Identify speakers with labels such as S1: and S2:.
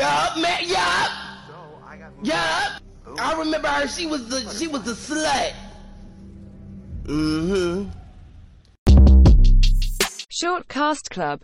S1: Yup, man, yup, yup. I remember her. She was the she was the slut. Mm-hmm.
S2: Short Cast Club